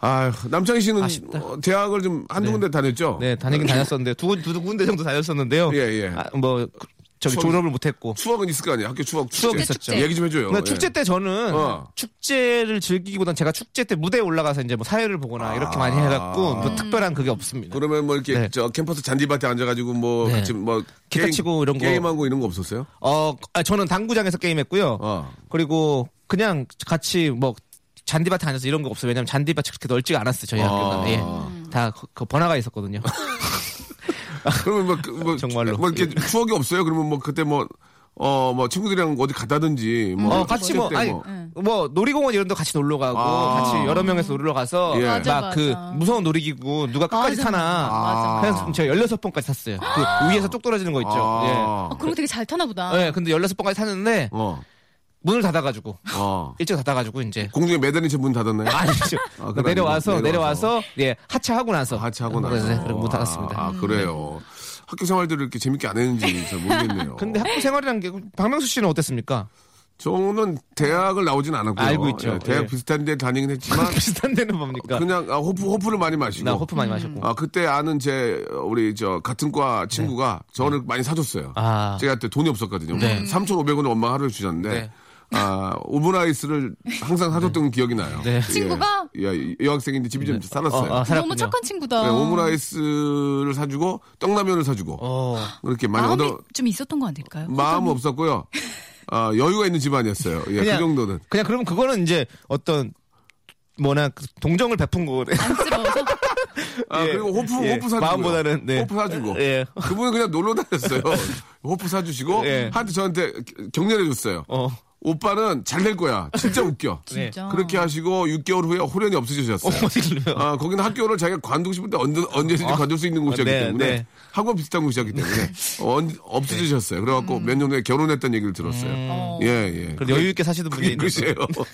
Speaker 3: 아, 남창희 씨는 어, 대학을 좀 한두 군데 다녔죠?
Speaker 5: 네, 다니긴 다녔었는데 두, 군- 두 군데 정도 다녔었는데요.
Speaker 3: 예, 예.
Speaker 5: 아, 뭐 그- 저기
Speaker 3: 추억-
Speaker 5: 졸업을 못 했고.
Speaker 3: 추억은 있을 거 아니에요? 학교 추억, 축제.
Speaker 5: 추억이 있었죠.
Speaker 3: 얘기 좀 해줘요. 예.
Speaker 5: 그러니까 축제 때 저는
Speaker 3: 어.
Speaker 5: 축제를 즐기기보단 제가 축제 때 무대에 올라가서 이제 뭐 사회를 보거나 이렇게 많이 해갖고 뭐 특별한 그게 없습니다.
Speaker 3: 러면뭐 이렇게
Speaker 5: 네.
Speaker 3: 저 캠퍼스 잔디밭에 앉아가지고 뭐
Speaker 5: 네.
Speaker 3: 같이 뭐
Speaker 5: 기타 치고 이런 거.
Speaker 3: 게임하고 이런 거 없었어요?
Speaker 5: 어, 아, 저는 당구장에서 게임했고요.
Speaker 3: 어.
Speaker 5: 그리고 그냥 같이 뭐 잔디밭에 앉아서 이런 거 없어요. 왜냐면
Speaker 3: 아.
Speaker 5: 잔디밭이 그렇게 넓지가 않았어요. 저희 학교가. 예. 다 그, 그 번화가 있었거든요.
Speaker 3: 그러면 뭐, 그- 뭐
Speaker 5: 정말로.
Speaker 3: 뭐 이렇게 추억이 없어요. 그러면 뭐 그때 뭐 어, 뭐, 친구들이랑 어디 갔다든지, 뭐.
Speaker 5: 어, 같이 뭐,
Speaker 3: 학생 때
Speaker 5: 아니,
Speaker 3: 뭐.
Speaker 5: 뭐, 놀이공원 이런 데 같이 놀러 가고,
Speaker 3: 아.
Speaker 5: 같이 여러 명에서 놀러 가서,
Speaker 3: 예. 맞아,
Speaker 4: 맞아.
Speaker 5: 막 그, 무서운 놀이기구, 누가 끝까지
Speaker 4: 맞아,
Speaker 5: 타나.
Speaker 3: 맞아.
Speaker 5: 그래서 제가 16번까지 탔어요. 그 위에서 쭉 떨어지는 거 있죠.
Speaker 3: 아.
Speaker 4: 아, 그런 거 되게 잘 타나 보다.
Speaker 5: 예. 예, 근데 16번까지 탔는데,
Speaker 3: 어,
Speaker 5: 문을 닫아가지고,
Speaker 3: 어.
Speaker 5: 일찍 닫아가지고, 이제.
Speaker 3: 공중에 매달린 채문 닫았나요?
Speaker 5: 아니죠. 뭐
Speaker 3: 아, 그래,
Speaker 5: 내려와서,
Speaker 3: 아니고, 내려와서.
Speaker 5: 내려와서, 예, 하차하고 나서. 네,
Speaker 3: 하차하고 나서.
Speaker 5: 그래서, 그리고 문
Speaker 3: 아,
Speaker 5: 닫았습니다.
Speaker 3: 아, 그래요. 학교 생활들을 이렇게 재밌게 안 했는지 잘 모르겠네요.
Speaker 5: 근데 학교 생활이란 게, 박명수 씨는 어땠습니까?
Speaker 3: 저는 대학을 나오진 않았고요.
Speaker 5: 알고 있죠.
Speaker 3: 예, 대학
Speaker 5: 예.
Speaker 3: 비슷한 데 다니긴 했지만
Speaker 5: 비슷한 데는 뭡니까?
Speaker 3: 그냥 아, 호프 호프를 많이 마시고
Speaker 5: 나 호프 많이 마셨고.
Speaker 3: 아 그때 아는 제 어, 우리 저 같은 과 친구가 저를 많이 사줬어요.
Speaker 5: 네. 아.
Speaker 3: 제가 그때 돈이 없었거든요.
Speaker 5: 네.
Speaker 3: 3,500원을 엄마 가 하루에 주셨는데
Speaker 5: 네.
Speaker 3: 아 오므라이스를 항상 사줬던 기억이 나요.
Speaker 5: 네.
Speaker 4: 친구가?
Speaker 3: 예, 예, 여학생인데 집이 좀 살았어요.
Speaker 5: 어, 어, 살았군요.
Speaker 4: 너무 착한 친구다.
Speaker 3: 네, 오므라이스를 사주고 떡라면을 사주고
Speaker 5: 어.
Speaker 3: 그렇게 많이
Speaker 4: 마음이
Speaker 3: 얻어
Speaker 4: 좀 있었던 거 아닐까요?
Speaker 3: 마음 없었고요. 아, 여유가 있는 집안이었어요. 예, 그 정도는.
Speaker 5: 그냥 그러면 그거는 이제 어떤 뭐나 그 동정을 베푼 거래.
Speaker 4: 안쓰러워서
Speaker 3: 아,
Speaker 5: 예.
Speaker 3: 그리고 호프,
Speaker 5: 예.
Speaker 3: 호프 사주고.
Speaker 5: 마음보다는, 네.
Speaker 3: 호프 사주고.
Speaker 5: 예.
Speaker 3: 그분은 그냥 놀러 다녔어요. 호프 사주시고.
Speaker 5: 예.
Speaker 3: 한테 저한테 격려해줬어요.
Speaker 5: 어.
Speaker 3: 오빠는 잘 될 거야. 진짜 웃겨.
Speaker 4: 네. 진짜.
Speaker 3: 그렇게 하시고 6개월 후에 호련이
Speaker 5: 어,
Speaker 3: 없어지셨어요.
Speaker 5: 어디를요?
Speaker 3: 아, 거기는 학교를 자기가 관두고 싶을 때 언제, 언제든지 관둘 수 있는 곳이었기
Speaker 5: 네,
Speaker 3: 때문에
Speaker 5: 네.
Speaker 3: 학원 비슷한 곳이었기 때문에 언, 없어지셨어요.
Speaker 4: 음.
Speaker 3: 그래갖고 몇 년 후에 결혼했다는 얘기를 들었어요. 예, 예.
Speaker 5: 그래도 여유 있게 사시는 분이
Speaker 3: 그게
Speaker 5: 있는
Speaker 3: 끝이에요.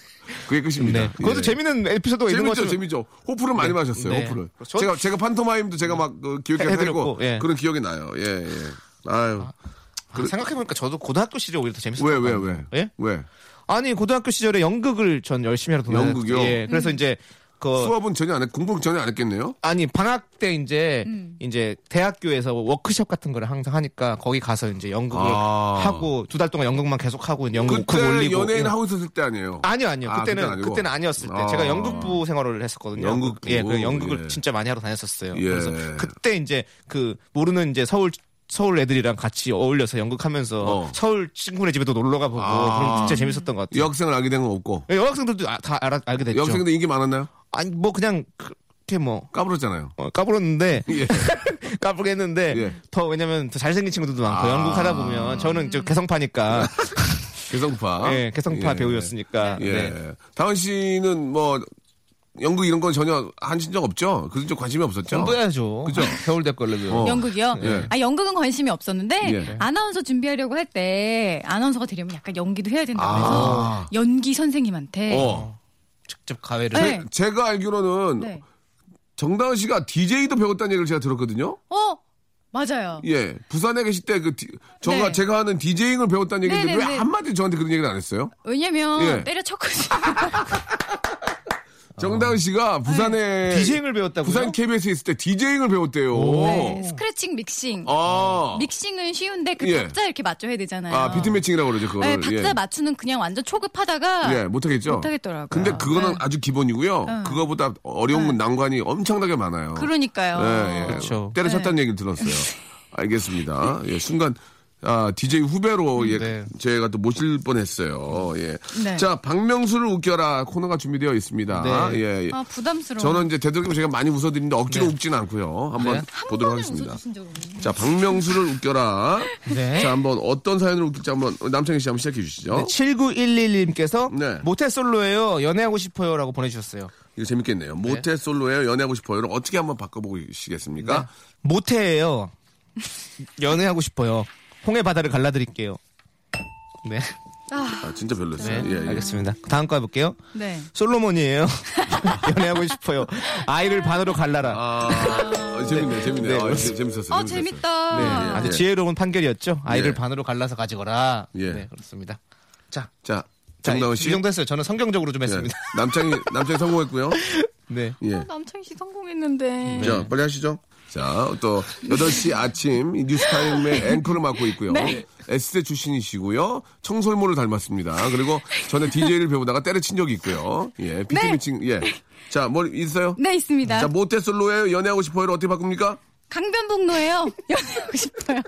Speaker 3: 그게 끝입니다.
Speaker 5: 네. 그것도
Speaker 3: 예.
Speaker 5: 재밌는 에피소드가 있는 것
Speaker 3: 재밌죠,
Speaker 5: 같아요.
Speaker 3: 재밌죠. 호프를 많이 마셨어요.
Speaker 5: 네.
Speaker 3: 호프를.
Speaker 5: 저-
Speaker 3: 제가 제가 판토마임도 제가 막 그, 기억해
Speaker 5: 해드렸고,
Speaker 3: 드리고
Speaker 5: 예.
Speaker 3: 그런 기억이 나요. 예, 예. 아유.
Speaker 5: 생각해 보니까 저도 고등학교 시절이 오히려 더 재밌었어요.
Speaker 3: 왜, 왜, 왜?
Speaker 5: 예?
Speaker 3: 왜?
Speaker 5: 아니, 고등학교 시절에 연극을 전 열심히 하러 다녔어요.
Speaker 3: 연극이요? 음.
Speaker 5: 예. 그래서 이제 그
Speaker 3: 수업은 전혀 안 했, 공부 전혀 안 했겠네요?
Speaker 5: 아니 방학 때 이제 이제 대학교에서 워크숍 같은 걸 항상 하니까 거기 가서 이제 연극을
Speaker 3: 아.
Speaker 5: 하고 두 달 동안 연극만 계속 하고 연극 곡
Speaker 3: 그때
Speaker 5: 올리고
Speaker 3: 연예인
Speaker 5: 예.
Speaker 3: 하고 있었을 때 아니에요?
Speaker 5: 아니요, 아니요.
Speaker 3: 아,
Speaker 5: 그때는
Speaker 3: 그때는 아니고?
Speaker 5: 그때는 아니었을 때
Speaker 3: 아.
Speaker 5: 제가 연극부 생활을 했었거든요.
Speaker 3: 연극부.
Speaker 5: 예, 그 연극을
Speaker 3: 예.
Speaker 5: 진짜 많이 하러 다녔었어요.
Speaker 3: 예.
Speaker 5: 그래서 그때 이제 그 모르는 이제 서울 서울 애들이랑 같이 어울려서 연극하면서
Speaker 3: 어.
Speaker 5: 서울 친구네 집에도 놀러 가보고
Speaker 3: 아.
Speaker 5: 그런 거 진짜 재밌었던 것 같아요.
Speaker 3: 여학생을 알게 된 건 없고.
Speaker 5: 예, 여학생들도 아- 다 알아, 알게 됐죠.
Speaker 3: 여학생들 인기 많았나요?
Speaker 5: 아니 뭐 그냥 그렇게 뭐
Speaker 3: 까불었잖아요.
Speaker 5: 어, 까불었는데
Speaker 3: 예.
Speaker 5: 까불겠는데
Speaker 3: 예.
Speaker 5: 더 왜냐면 더 잘생긴 친구들도 많고
Speaker 3: 아.
Speaker 5: 연극하다 보면 저는 저 개성파니까
Speaker 3: 개성파.
Speaker 5: 예, 개성파
Speaker 3: 예.
Speaker 5: 배우였으니까
Speaker 3: 예.
Speaker 5: 네.
Speaker 3: 다은 씨는 뭐 연극 이런 건 전혀 하신 적 없죠? 그래서 좀 관심이 없었죠?
Speaker 5: 어. 공부해야죠.
Speaker 3: 그죠?
Speaker 5: 서울대 걸로.
Speaker 3: 어.
Speaker 4: 연극이요.
Speaker 3: 예.
Speaker 4: 아 연극은 관심이 없었는데
Speaker 3: 예.
Speaker 4: 아나운서 준비하려고 할 때 아나운서가 되려면 약간 연기도 해야 된다고 해서 연기 선생님한테
Speaker 3: 아. 어.
Speaker 5: 직접 가회를
Speaker 4: 네.
Speaker 3: 제가 알기로는
Speaker 4: 네.
Speaker 3: 정다은 씨가 DJ도 배웠다는 얘기를 제가 들었거든요.
Speaker 4: 어 맞아요.
Speaker 3: 예. 부산에 계실 때 그 저가
Speaker 4: 네.
Speaker 3: 제가 하는 디제잉을 배웠다는 얘기인데
Speaker 4: 네네네.
Speaker 3: 왜 한마디 저한테 그런 얘기를 안 했어요?
Speaker 4: 왜냐면
Speaker 3: 예.
Speaker 4: 때려쳤거든요.
Speaker 3: 정다은 씨가 부산에
Speaker 5: 아. 네. 디제잉을 배웠다고요?
Speaker 3: 예. 부산 KBS에 있을 때 디제잉을 배웠대요.
Speaker 4: 네, 스크래칭 믹싱.
Speaker 3: 아.
Speaker 4: 믹싱은 쉬운데 그
Speaker 3: 예.
Speaker 4: 박자 이렇게 맞춰야 되잖아요.
Speaker 3: 아, 비트 매칭이라고 그러죠, 그거.
Speaker 4: 네, 박자 맞추는 그냥 완전 초급하다가
Speaker 3: 예, 못하겠죠?
Speaker 4: 못하겠더라고요.
Speaker 3: 근데 그거는
Speaker 4: 네. 그렇죠.
Speaker 3: 아주 기본이고요. 그거보다 어려운 건 난관이 엄청나게 많아요.
Speaker 4: 그러니까요.
Speaker 3: 예, 예.
Speaker 5: 그렇죠.
Speaker 3: 때려쳤다는
Speaker 4: 네.
Speaker 3: 얘기를 들었어요. 알겠습니다. 예, 순간. 아, DJ 후배로 예,
Speaker 5: 네.
Speaker 3: 제가 또 모실 뻔했어요. 예.
Speaker 4: 네.
Speaker 3: 자, 박명수를 웃겨라 코너가 준비되어 있습니다.
Speaker 5: 네.
Speaker 3: 예, 예.
Speaker 4: 아 부담스러워.
Speaker 3: 저는 이제 되도록이면 제가 많이 웃어드리는데 억지로 웃진 않고요. 한번
Speaker 5: 그래요?
Speaker 4: 한
Speaker 3: 보도록
Speaker 4: 번은
Speaker 3: 하겠습니다.
Speaker 4: 웃어주신 적 없는데.
Speaker 3: 자, 박명수를 웃겨라.
Speaker 5: 네.
Speaker 3: 자, 한번 어떤 사연으로 웃길지 한번 남창희 씨 한번 시작해 주시죠.
Speaker 5: 네, 7911님께서
Speaker 3: 네.
Speaker 5: 모태 솔로예요. 연애하고 싶어요라고 보내주셨어요.
Speaker 3: 이거 재밌겠네요. 모태 솔로예요. 연애하고 싶어요. 이걸 어떻게 한번 바꿔보시겠습니까?
Speaker 5: 네. 모태예요. 연애하고 싶어요. 홍해 바다를 갈라드릴게요. 네,
Speaker 3: 아, 진짜 별로였어요.
Speaker 5: 네,
Speaker 3: 예, 예.
Speaker 5: 알겠습니다. 다음 거 해볼게요.
Speaker 4: 네.
Speaker 5: 솔로몬이에요. 연애하고 싶어요. 아이를 반으로 갈라라.
Speaker 3: 아, 아, 재밌네, 재밌네. 아, 재- 재밌었어요. 재밌었어요.
Speaker 4: 아 재밌다.
Speaker 5: 네,
Speaker 3: 아.
Speaker 5: 아주
Speaker 3: 예.
Speaker 5: 지혜로운 판결이었죠. 아이를
Speaker 3: 예.
Speaker 5: 반으로 갈라서 가지거라.
Speaker 3: 예.
Speaker 5: 네, 그렇습니다. 자,
Speaker 3: 자,
Speaker 5: 자,
Speaker 3: 정다은
Speaker 5: 이-
Speaker 3: 씨.
Speaker 5: 이 정도 했어요. 저는 성경적으로 좀
Speaker 3: 예.
Speaker 5: 했습니다.
Speaker 3: 남창희, 남창희 성공했고요.
Speaker 5: 네.
Speaker 3: 예.
Speaker 4: 아, 남창희 씨 성공했는데.
Speaker 3: 자, 빨리 하시죠. 자, 또 8시 아침 이 뉴스타임의 앵커를 맡고 있고요.
Speaker 4: 네.
Speaker 3: S대 출신이시고요. 청솔모를 닮았습니다. 그리고 전에 DJ를 배우다가 때려친 적이 있고요. 예, 비트미칭, 예. 자, 뭘 있어요?
Speaker 4: 네 있습니다.
Speaker 3: 자, 뭐- 모태솔로예요 연애하고 싶어요를 어떻게 바꿉니까?
Speaker 4: 강변북로예요. 연애하고 싶어요.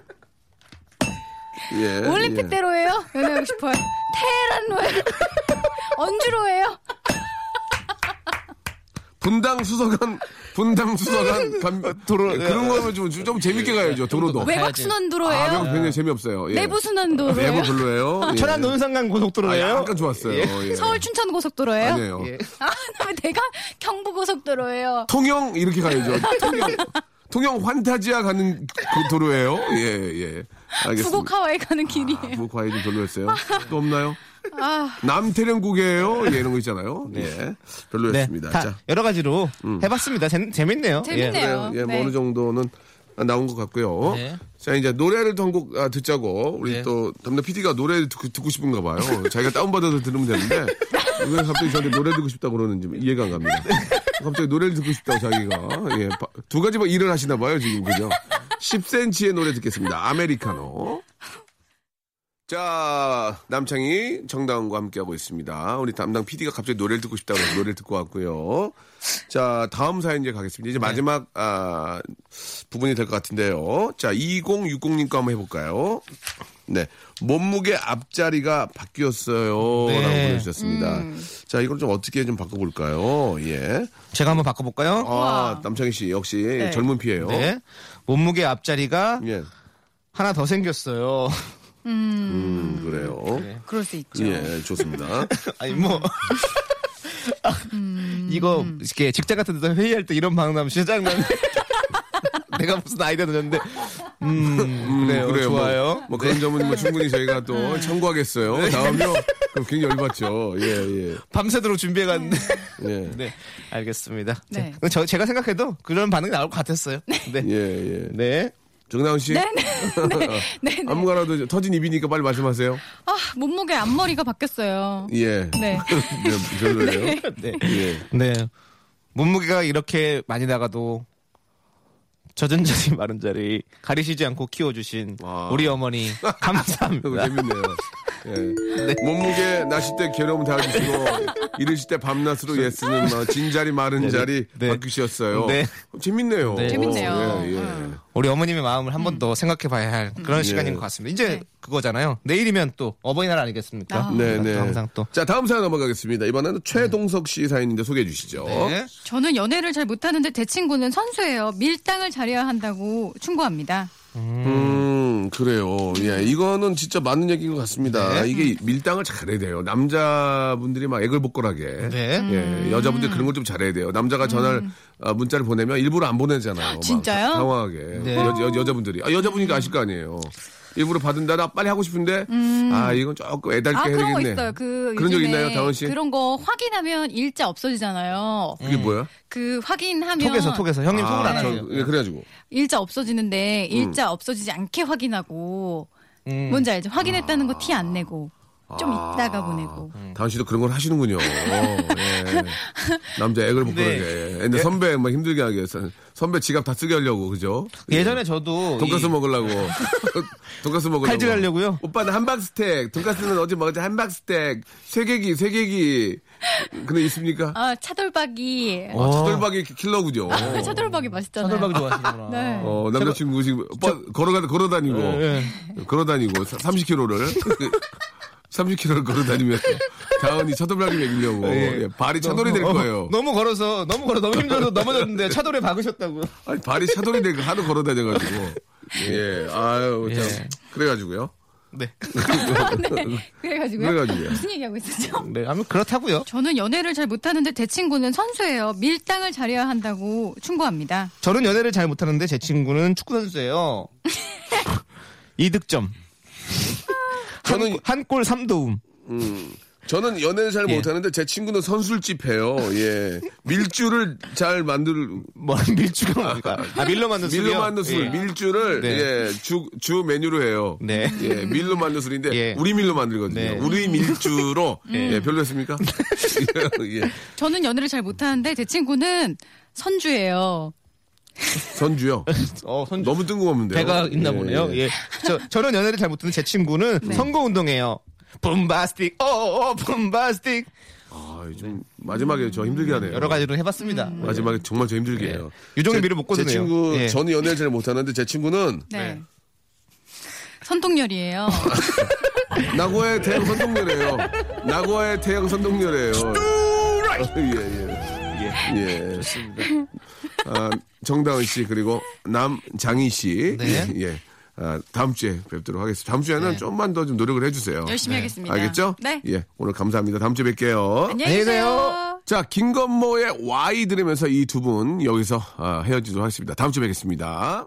Speaker 3: 예. 예.
Speaker 4: 올림픽대로예요. 연애하고 싶어요. 테헤란로예요. 언주로예요.
Speaker 3: 분당 수서관 분당 수서관 감, 도로 그런 거면 좀, 좀 재밌게 가야죠 도로도.
Speaker 4: 외곽
Speaker 5: 가야지.
Speaker 3: 아,
Speaker 4: 예. 순환도로예요?
Speaker 3: 명 굉장히 재미없어요. 예.
Speaker 4: 내부 순환도로예요?
Speaker 3: 내부 별로예요. 예.
Speaker 5: 천안 논산강
Speaker 3: 아,
Speaker 5: 고속도로예요.
Speaker 3: 약간 좋았어요. 어, 예.
Speaker 4: 서울 춘천 고속도로예요?
Speaker 3: 아니에요.
Speaker 5: 예.
Speaker 4: 아, 나 내가 경부 고속도로예요.
Speaker 3: 통영 이렇게 가야죠. 통영 통영 환타지아 가는 그 도로예요. 예 예.
Speaker 4: 부곡
Speaker 3: 알겠습니다. 아, 뭐
Speaker 4: 하와이 가는 길이에요.
Speaker 3: 부곡하이 좀 별로였어요. 또 없나요?
Speaker 4: 아,
Speaker 3: 남태령국이에요. 예, 이런 거 있잖아요. 예.
Speaker 5: 네,
Speaker 3: 별로였습니다.
Speaker 5: 다
Speaker 3: 자. 음.
Speaker 5: 여러 가지로 해봤습니다. 재, 재밌네요.
Speaker 4: 재밌네요.
Speaker 3: 그래요. 예, 뭐
Speaker 4: 네.
Speaker 3: 어느 정도는 나온 것 같고요.
Speaker 5: 네.
Speaker 3: 자, 이제 노래를 또 한 곡 아, 듣자고 우리
Speaker 5: 네.
Speaker 3: 또 담당 PD가 노래 듣고, 듣고 싶은가 봐요. 자기가 다운받아서 들으면 되는데 왜 갑자기 저한테 노래 듣고 싶다고 그러는지 이해가 안 갑니다. 갑자기 노래를 듣고 싶다고 자기가. 예, 바- 두 가지 막 일을 하시나 봐요, 지금. 그죠? 10cm의 노래 듣겠습니다. 아메리카노. 자, 남창희 정다운과 함께하고 있습니다. 우리 담당 PD가 갑자기 노래를 듣고 싶다고 해서 노래를 듣고 왔고요. 자, 다음 사연 이제 가겠습니다.
Speaker 5: 네.
Speaker 3: 이제 마지막, 아, 부분이 될 것 같은데요. 자, 2060님과 한번 해볼까요? 네. 몸무게 앞자리가 바뀌었어요.
Speaker 5: 네.
Speaker 3: 라고 보내주셨습니다. 자, 이걸 좀 어떻게 좀 바꿔볼까요? 예.
Speaker 5: 제가 한번 바꿔볼까요?
Speaker 3: 아, 남창희 씨 역시 젊은 피예요
Speaker 5: 네. 몸무게 앞자리가
Speaker 3: 어. 예.
Speaker 5: 하나 더 생겼어요.
Speaker 3: 음, 그래요.
Speaker 4: 그럴 수
Speaker 5: 그렇죠.
Speaker 4: 있죠.
Speaker 3: 예, 좋습니다.
Speaker 5: 아니 뭐 아, 이거 이렇게 직장 같은 데서 회의할 때 이런 방송 하면 진짜 짜증나네. 내가 무슨 아이디어 넣었는데 음, 그래요,
Speaker 3: 그래요.
Speaker 5: 좋아요. 네.
Speaker 3: 뭐, 뭐 그런 점은 뭐 충분히 저희가 또 참고하겠어요. 다음요. 그럼 굉장히 열받죠. 예, 예.
Speaker 5: 밤새도록 준비해갔는데
Speaker 3: 예.
Speaker 5: 네 알겠습니다.
Speaker 4: 네.
Speaker 5: 자, 저, 제가 생각해도 그런 반응이 나올 것 같았어요. 네.
Speaker 3: 예, 예.
Speaker 5: 네.
Speaker 3: 정다은 씨.
Speaker 4: 네, 네, 네, 네, 네.
Speaker 3: 아무거나도 이제 터진 입이니까 빨리 말씀하세요.
Speaker 4: 아, 몸무게 앞머리가 바뀌었어요.
Speaker 3: 예.
Speaker 4: 네.
Speaker 3: 네, 별로예요.
Speaker 5: 네.
Speaker 3: 예.
Speaker 5: 네. 몸무게가 이렇게 많이 나가도 젖은 자리 마른 자리 가리시지 않고 키워주신
Speaker 3: 와.
Speaker 5: 우리 어머니
Speaker 3: 그거
Speaker 5: 감사합니다.
Speaker 3: 재밌네요. 예.
Speaker 5: 네.
Speaker 3: 몸무게 나실 때 괴로움 다 주시고 이르실 때 밤낮으로 예 쓰는 뭐 진자리 마른 자리
Speaker 5: 네.
Speaker 3: 바뀌셨어요.
Speaker 5: 네.
Speaker 3: 재밌네요.
Speaker 5: 네.
Speaker 4: 재밌네요. 음.
Speaker 3: 예, 예.
Speaker 5: 우리 어머님의 마음을 한 번 더 생각해봐야 할 그런
Speaker 3: 음.
Speaker 5: 시간인 것 같습니다. 이제 그거잖아요. 내일이면 또 어버이날 아니겠습니까? 우리가
Speaker 3: 네,
Speaker 5: 또
Speaker 3: 네.
Speaker 5: 항상 또.
Speaker 3: 자, 다음 사연 넘어가겠습니다. 이번에는 최동석 씨 사연인데 소개해 주시죠.
Speaker 5: 네.
Speaker 4: 저는 연애를 잘 못하는데 제 친구는 선수예요. 밀당을 잘해야 한다고 충고합니다.
Speaker 3: 음, 그래요. 예, 이거는 진짜 맞는 얘기인 것 같습니다.
Speaker 5: 네.
Speaker 3: 이게 밀당을 잘해야 돼요. 남자분들이 막 애글복걸하게.
Speaker 5: 네.
Speaker 4: 음.
Speaker 3: 예, 여자분들 그런 걸 좀 잘해야 돼요. 남자가 전화를, 아, 문자를 보내면 일부러 안 보내잖아요. 막
Speaker 4: 진짜요?
Speaker 3: 다- 당황하게.
Speaker 5: 네.
Speaker 3: 여, 여, 여자분들이. 아, 여자분이니까 아실 거 아니에요. 일부러 받은다. 나 빨리 하고 싶은데, 아, 이건 조금 애달게
Speaker 4: 음. 아,
Speaker 3: 해야
Speaker 4: 그런 거
Speaker 3: 되겠네.
Speaker 4: 있어요. 그
Speaker 3: 런적
Speaker 4: 요즘에
Speaker 3: 있나요, 다은 씨?
Speaker 4: 그런 거 확인하면 일자 없어지잖아요.
Speaker 3: 그게 뭐야?
Speaker 4: 그 확인하면
Speaker 5: 톡에서 톡에서 형님 속을 안
Speaker 3: 저-
Speaker 5: 하세요.
Speaker 3: 예, 그래가지고.
Speaker 4: 일자 없어지는데 일자 없어지지 않게 확인하고 뭔지 알죠? 확인했다는 거 티 안 내고 좀 있다가 보내고
Speaker 3: 다은 씨도 그런 걸 하시는군요.
Speaker 4: 네.
Speaker 3: 예. 남자 애글 복근하게. 근데 선배 막 힘들게 하게 해서 선배 지갑 다 쓰게 하려고 그죠?
Speaker 5: 예전에 저도
Speaker 3: 돈가스
Speaker 5: 이-
Speaker 3: 먹으려고 돈가스 먹으려고
Speaker 5: 칼질하려고요?
Speaker 3: 오빠는 한박스택 돈가스는 어제 먹었지 한박스택 쇠개기 쇠개기 근데 있습니까?
Speaker 4: 아 차돌박이
Speaker 5: 어.
Speaker 3: 아, 차돌박이 킬러군요.
Speaker 5: 아,
Speaker 4: 차돌박이 맛있잖아요.
Speaker 5: 차돌박이 좋아하시구나.
Speaker 4: 네.
Speaker 3: 어, 남자친구 지금 걸어가 걸어다니고
Speaker 5: 예,
Speaker 3: 걸어다니고 30km를 30km를 걸어다니면 다은이 차돌박이 먹이려고 예, 발이 차돌이 될 거예요.
Speaker 5: 어, 너무 걸어서 너무 걸어 너무 힘들어서 넘어졌는데 차돌에 박으셨다고.
Speaker 3: 아니, 발이 차돌이 되고 하루 걸어다녀가지고. 예, 아유, 참. 그래가지고요.
Speaker 5: 네.
Speaker 4: 아, 네. 그래가지고요.
Speaker 3: 그래가지고요.
Speaker 4: 무슨 얘기하고 있었죠?
Speaker 5: 네. 아무 그렇다고요.
Speaker 4: 저는 연애를 잘 못하는데 제 친구는 선수예요. 밀당을 잘해야 한다고 충고합니다.
Speaker 5: 저는 연애를 잘 못하는데 제 친구는 축구 선수예요. 이득점.
Speaker 3: 저는,
Speaker 5: 한골 삼도움
Speaker 3: 저는 연애를 잘
Speaker 5: 예.
Speaker 3: 못하는데 제 친구는 선술집 해요. 예. 밀주를 잘 만들,
Speaker 5: 뭐 밀주가 뭡니까? 아 밀로 만든 술이요.
Speaker 3: 밀로 만든 술,
Speaker 5: 예.
Speaker 3: 밀주를,
Speaker 5: 네.
Speaker 3: 예, 주, 주 메뉴로 해요.
Speaker 5: 네.
Speaker 3: 예, 밀로 만든 술인데,
Speaker 5: 예.
Speaker 3: 우리 밀로 만들거든요.
Speaker 5: 네.
Speaker 3: 우리 밀주로, 예, 별로였습니까? 예,
Speaker 4: 저는 연애를 잘 못하는데 제 친구는 선주예요.
Speaker 3: 선주요.
Speaker 5: 어, 손주.
Speaker 3: 너무 뜬금없는데요.
Speaker 5: 배가 있나
Speaker 3: 예,
Speaker 5: 보네요.
Speaker 3: 예.
Speaker 5: 예. 저, 저런 연애를 잘 못하는 제 친구는 선거 운동해요. 붐바스틱, 어어, 붐바스틱.
Speaker 3: 아, 좀, 마지막에 저 힘들게 하네요.
Speaker 5: 여러 가지로 해봤습니다. 네.
Speaker 3: 마지막에 정말 저 힘들게 해요.
Speaker 5: 유종의
Speaker 3: 제-
Speaker 5: 미를 못
Speaker 3: 제
Speaker 5: 거두네요.
Speaker 3: 친구
Speaker 5: 예.
Speaker 3: 저는 연애를 잘 못하는데 제 친구는
Speaker 4: 네. 선동열이에요.
Speaker 3: 나고의 대형 선동열이에요. 나고의 대형 선동열이에요. 예예. 예.
Speaker 5: 예.
Speaker 3: 예. 아, 정다은 씨 그리고 남장희 씨.
Speaker 5: 네.
Speaker 3: 예. 예. 아, 다음 주에 뵙도록 하겠습니다. 다음 주에는 좀만 더 좀 노력을 해주세요.
Speaker 4: 네. 열심히 하겠습니다.
Speaker 3: 알겠죠?
Speaker 4: 네.
Speaker 3: 예. 오늘 감사합니다. 다음 주에 뵐게요.
Speaker 4: 안녕히
Speaker 5: 안녕히 계세요.
Speaker 4: 계세요.
Speaker 3: 자, 김건모의 Y 들으면서 이 두 분 여기서 아, 헤어지도록 하겠습니다. 다음 주에 뵙겠습니다.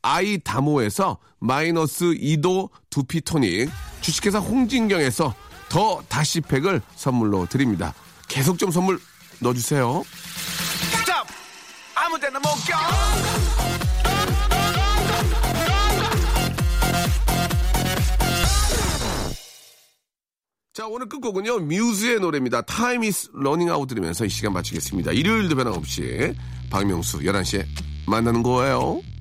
Speaker 3: 아이다모에서 마이너스 2도 두피 토닉, 주식회사 홍진경에서 더 다시팩을 선물로 드립니다. 계속 좀 선물 넣어주세요. 자, 오늘 끝곡은요, 뮤즈의 노래입니다. Time is running out 들으면서 이 시간 마치겠습니다. 일요일도 변함없이 박명수 11시에 만나는 거예요.